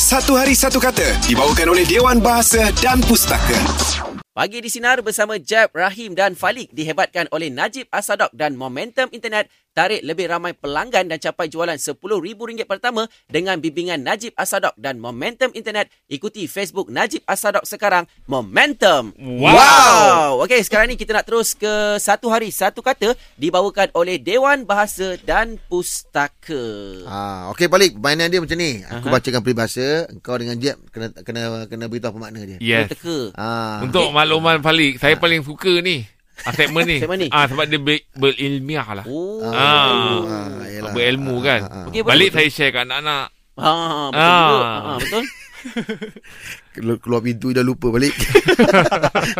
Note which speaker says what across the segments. Speaker 1: Satu Hari Satu Kata dibawakan oleh Dewan Bahasa dan Pustaka.
Speaker 2: Pagi di Sinar bersama Jeb, Rahim dan Falik dihebatkan oleh Najib Asadok dan Momentum Internet tarik lebih ramai pelanggan dan capai jualan RM10,000 pertama dengan bimbingan Najib Asadok dan Momentum Internet. Ikuti Facebook Najib Asadok sekarang, Momentum.
Speaker 3: Wow.
Speaker 2: wow. Okey, sekarang ni kita nak terus ke Satu Hari Satu Kata dibawakan oleh Dewan Bahasa dan Pustaka.
Speaker 4: Ah, okey balik. Mainan dia macam ni. Aku uh-huh. bacakan peribahasa, engkau dengan Jeb kena kena kena beritahu pemakna dia.
Speaker 3: Yes.
Speaker 2: Teka.
Speaker 4: Ah.
Speaker 3: Ya. Untuk makluman Falik, saya paling suka ni. Ah, segmen ni.
Speaker 2: Segmen ni.
Speaker 3: Ah, sebab dia ber- berilmiah lah.
Speaker 2: Oh.
Speaker 3: Ah.
Speaker 4: Ah, yelah.
Speaker 3: Berilmu kan.
Speaker 4: Ah, ah, ah.
Speaker 2: Okey, boleh,
Speaker 3: Balik
Speaker 2: betul.
Speaker 3: saya share kat anak-anak.
Speaker 2: Ha, betul
Speaker 3: Ah.
Speaker 2: juga. Ha, betul.
Speaker 4: Keluar, keluar pintu dah lupa balik.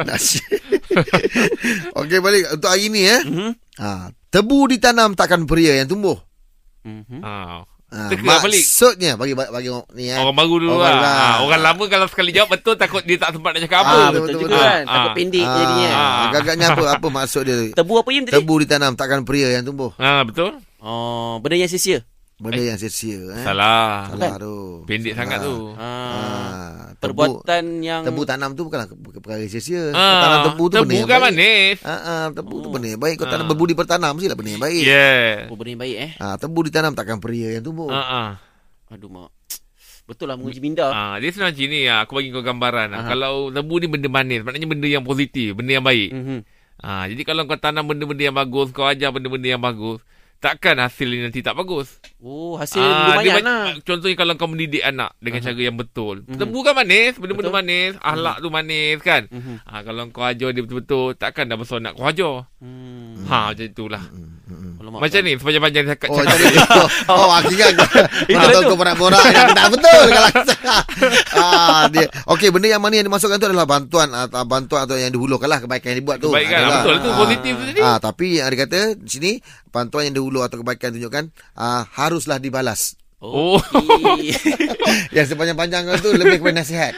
Speaker 4: Nasib. okey balik untuk hari ni eh.
Speaker 2: Mhm.
Speaker 4: Ah, tebu ditanam takkan pria yang tumbuh.
Speaker 2: Mhm.
Speaker 3: Ah.
Speaker 4: Ah,
Speaker 3: Teka, balik.
Speaker 4: maksudnya bagi bagi orang ni eh.
Speaker 3: Orang baru dulu
Speaker 4: Orang
Speaker 3: lah.
Speaker 4: lah.
Speaker 3: Ah, Orang lama kalau sekali jawab betul takut dia tak sempat nak cakap apa.
Speaker 2: Ah,
Speaker 4: betul,
Speaker 2: betul
Speaker 4: betul,
Speaker 2: juga
Speaker 3: betul.
Speaker 2: kan.
Speaker 3: Ah,
Speaker 2: Takut
Speaker 3: ah.
Speaker 2: pendek jadinya.
Speaker 3: Ah.
Speaker 4: Agaknya apa apa maksud dia?
Speaker 2: Tebu apa Im tadi?
Speaker 4: Tebu ditanam takkan pria yang tumbuh.
Speaker 3: Ah, betul?
Speaker 4: Eh?
Speaker 2: Oh, benda yang sia-sia.
Speaker 4: Benda yang sia-sia eh.
Speaker 3: Salah.
Speaker 4: Salah tu.
Speaker 3: Pendek
Speaker 4: Salah.
Speaker 3: sangat tu.
Speaker 2: Ah,
Speaker 4: Ah, tebu-
Speaker 2: perbuatan yang
Speaker 4: Tebu tanam tu bukanlah ke- perkara sia-sia. Kau tanam
Speaker 3: Ah,
Speaker 4: tebu tu benda yang
Speaker 3: kan
Speaker 4: baik.
Speaker 3: manis.
Speaker 4: Ah, ah, tebu tu
Speaker 2: Oh.
Speaker 4: benda yang baik. Kau tanam
Speaker 3: Ah.
Speaker 4: berbudi bertanam mestilah benda yang baik.
Speaker 3: Yeah.
Speaker 2: oh, benda yang baik eh.
Speaker 4: Ah, tebu ditanam takkan pria yang tumbuh.
Speaker 3: Ah, ah.
Speaker 2: Aduh mak. Betul lah menguji minda.
Speaker 3: Ah, dia senang macam ni. ah. Aku bagi kau gambaran. ah.
Speaker 2: Aha.
Speaker 3: Kalau tebu ni benda manis, maknanya benda yang positif, benda yang
Speaker 4: Hmm.
Speaker 3: baik.
Speaker 2: Mhm.
Speaker 3: Ah, jadi kalau kau tanam benda-benda yang bagus, kau ajar benda-benda yang bagus, takkan hasil ni nanti tak bagus. Ha,
Speaker 2: Oh, hasil lumayan
Speaker 3: Ah, dia
Speaker 2: lah.
Speaker 3: ba- Contohnya kalau kau mendidik anak dengan cara yang betul.
Speaker 2: Mhm.
Speaker 3: Tebu kan manis, benda-benda
Speaker 2: Betul.
Speaker 3: manis, ahlak tu manis kan.
Speaker 2: Mhm.
Speaker 3: Ah, kalau kau ajar dia betul-betul, takkan dah besar nak kau ajar.
Speaker 2: Hmm.
Speaker 3: Ha, macam itulah.
Speaker 4: Hmm, hmm.
Speaker 2: Alamak,
Speaker 3: Macam ni, sepanjang-panjang cakap.
Speaker 4: Oh,
Speaker 3: cakap.
Speaker 4: jadi Oh, akhirnya kau
Speaker 2: Itulah
Speaker 4: tahu
Speaker 2: tu.
Speaker 4: kau borak-borak. yang tak betul kalau ah, dia. Okey, benda yang mana yang dimasukkan tu adalah bantuan atau bantuan atau yang dihulurkan lah kebaikan yang dibuat tu.
Speaker 3: Baik kan?
Speaker 4: Adalah.
Speaker 3: Betul tu,
Speaker 4: Ah.
Speaker 3: positif tu tadi.
Speaker 4: Ah, tapi yang dia kata di sini bantuan yang dihulur atau kebaikan tunjukkan ah, haruslah dibalas.
Speaker 3: Oh.
Speaker 2: okey.
Speaker 4: Yang sepanjang-panjang kau tu lebih kepada nasihat.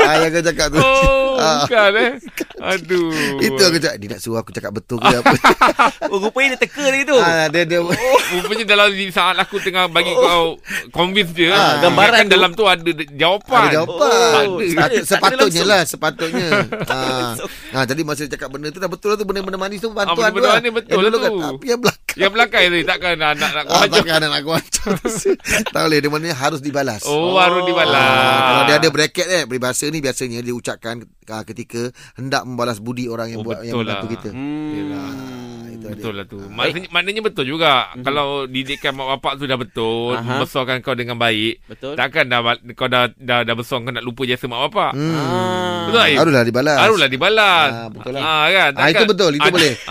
Speaker 4: ah, yang kau cakap tu.
Speaker 3: Oh,
Speaker 4: Ah.
Speaker 3: bukan eh. Aduh.
Speaker 4: Itu aku cakap Dia nak suruh aku cakap betul ke
Speaker 3: Ah,
Speaker 4: apa
Speaker 2: oh, rupanya dia teka lagi tu.
Speaker 4: ah, Dia
Speaker 3: Oh,
Speaker 4: dia
Speaker 3: Rupanya dalam di saat aku tengah bagi kau convince dia,
Speaker 4: Ah,
Speaker 2: gambaran
Speaker 3: kan
Speaker 2: tu.
Speaker 3: dalam tu ada de- jawapan.
Speaker 4: Ada jawapan
Speaker 2: Oh,
Speaker 4: Sepat-
Speaker 2: tak ada- tak ada
Speaker 4: Sepatutnya
Speaker 2: langsung.
Speaker 4: lah Sepatutnya ah. ah, Jadi masa dia cakap benda tu Dah betul lah tu Benda-benda manis tu Bantuan tu
Speaker 3: benda-benda
Speaker 4: lah
Speaker 3: manis betul
Speaker 4: Yang
Speaker 3: lah
Speaker 4: dulu kan
Speaker 3: tu. Ya,
Speaker 4: Tapi yang belakang
Speaker 3: Yang belakang tadi takkan nak nak, nak kau
Speaker 4: Ah,
Speaker 3: ajar.
Speaker 4: takkan anak aku hantar Tak boleh lah, Dia maknanya harus dibalas
Speaker 3: Oh, baru dibalas.
Speaker 4: Ah, kalau dia ada bracket eh peribahasa ni biasanya dia ucapkan ah, ketika hendak membalas budi orang yang
Speaker 3: Oh,
Speaker 4: buat yang
Speaker 3: betul
Speaker 4: membantu
Speaker 3: lah.
Speaker 4: kita.
Speaker 2: Hmm.
Speaker 3: Yelah.
Speaker 4: Ah, itu
Speaker 3: Betul
Speaker 4: dia.
Speaker 3: lah tu. Maknanya, maknanya betul juga.
Speaker 4: Mhm.
Speaker 3: Kalau didikan mak bapak tu dah betul,
Speaker 2: Aha.
Speaker 3: besarkan kau dengan baik,
Speaker 2: Betul.
Speaker 3: takkan dah ba- kau dah dah, dah besar kau nak lupa jasa mak bapak.
Speaker 2: Ah.
Speaker 3: Betul tak? Im?
Speaker 4: Haruslah dibalas.
Speaker 3: Haruslah dibalas.
Speaker 4: Hmm. Ah, betul lah.
Speaker 3: Ah, kan?
Speaker 4: Ah, itu betul, itu boleh.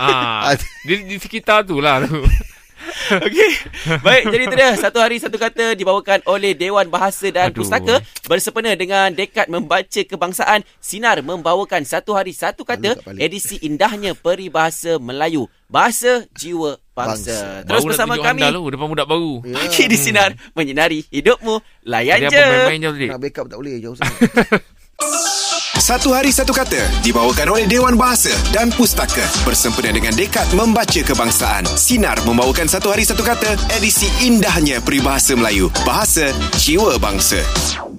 Speaker 4: Ah.
Speaker 3: Ah, di, di sekitar tu lah tu.
Speaker 2: Okey. Baik, jadi itu dia satu hari satu kata dibawakan oleh Dewan Bahasa dan
Speaker 3: Aduh.
Speaker 2: Pustaka bersempena dengan Dekat Membaca Kebangsaan Sinar membawakan satu hari satu kata
Speaker 4: Lalu kat balik.
Speaker 2: edisi indahnya peribahasa Melayu. Bahasa jiwa bangsa.
Speaker 4: Bangsa.
Speaker 2: Terus
Speaker 3: Baru nak
Speaker 2: bersama
Speaker 3: tunjuk
Speaker 2: kami.
Speaker 3: handal tu depan budak baru.
Speaker 4: Ya.
Speaker 2: Pagi di Sinar menyinari hidupmu. Layan
Speaker 3: Dia
Speaker 2: je.
Speaker 3: apa main-main je tu, Dik?
Speaker 4: Nak backup tak boleh jauh sangat.
Speaker 1: Satu Hari Satu Kata dibawakan oleh Dewan Bahasa dan Pustaka bersempena dengan Dekat Membaca Kebangsaan. Sinar membawakan Satu Hari Satu Kata edisi indahnya peribahasa Melayu. Bahasa jiwa bangsa.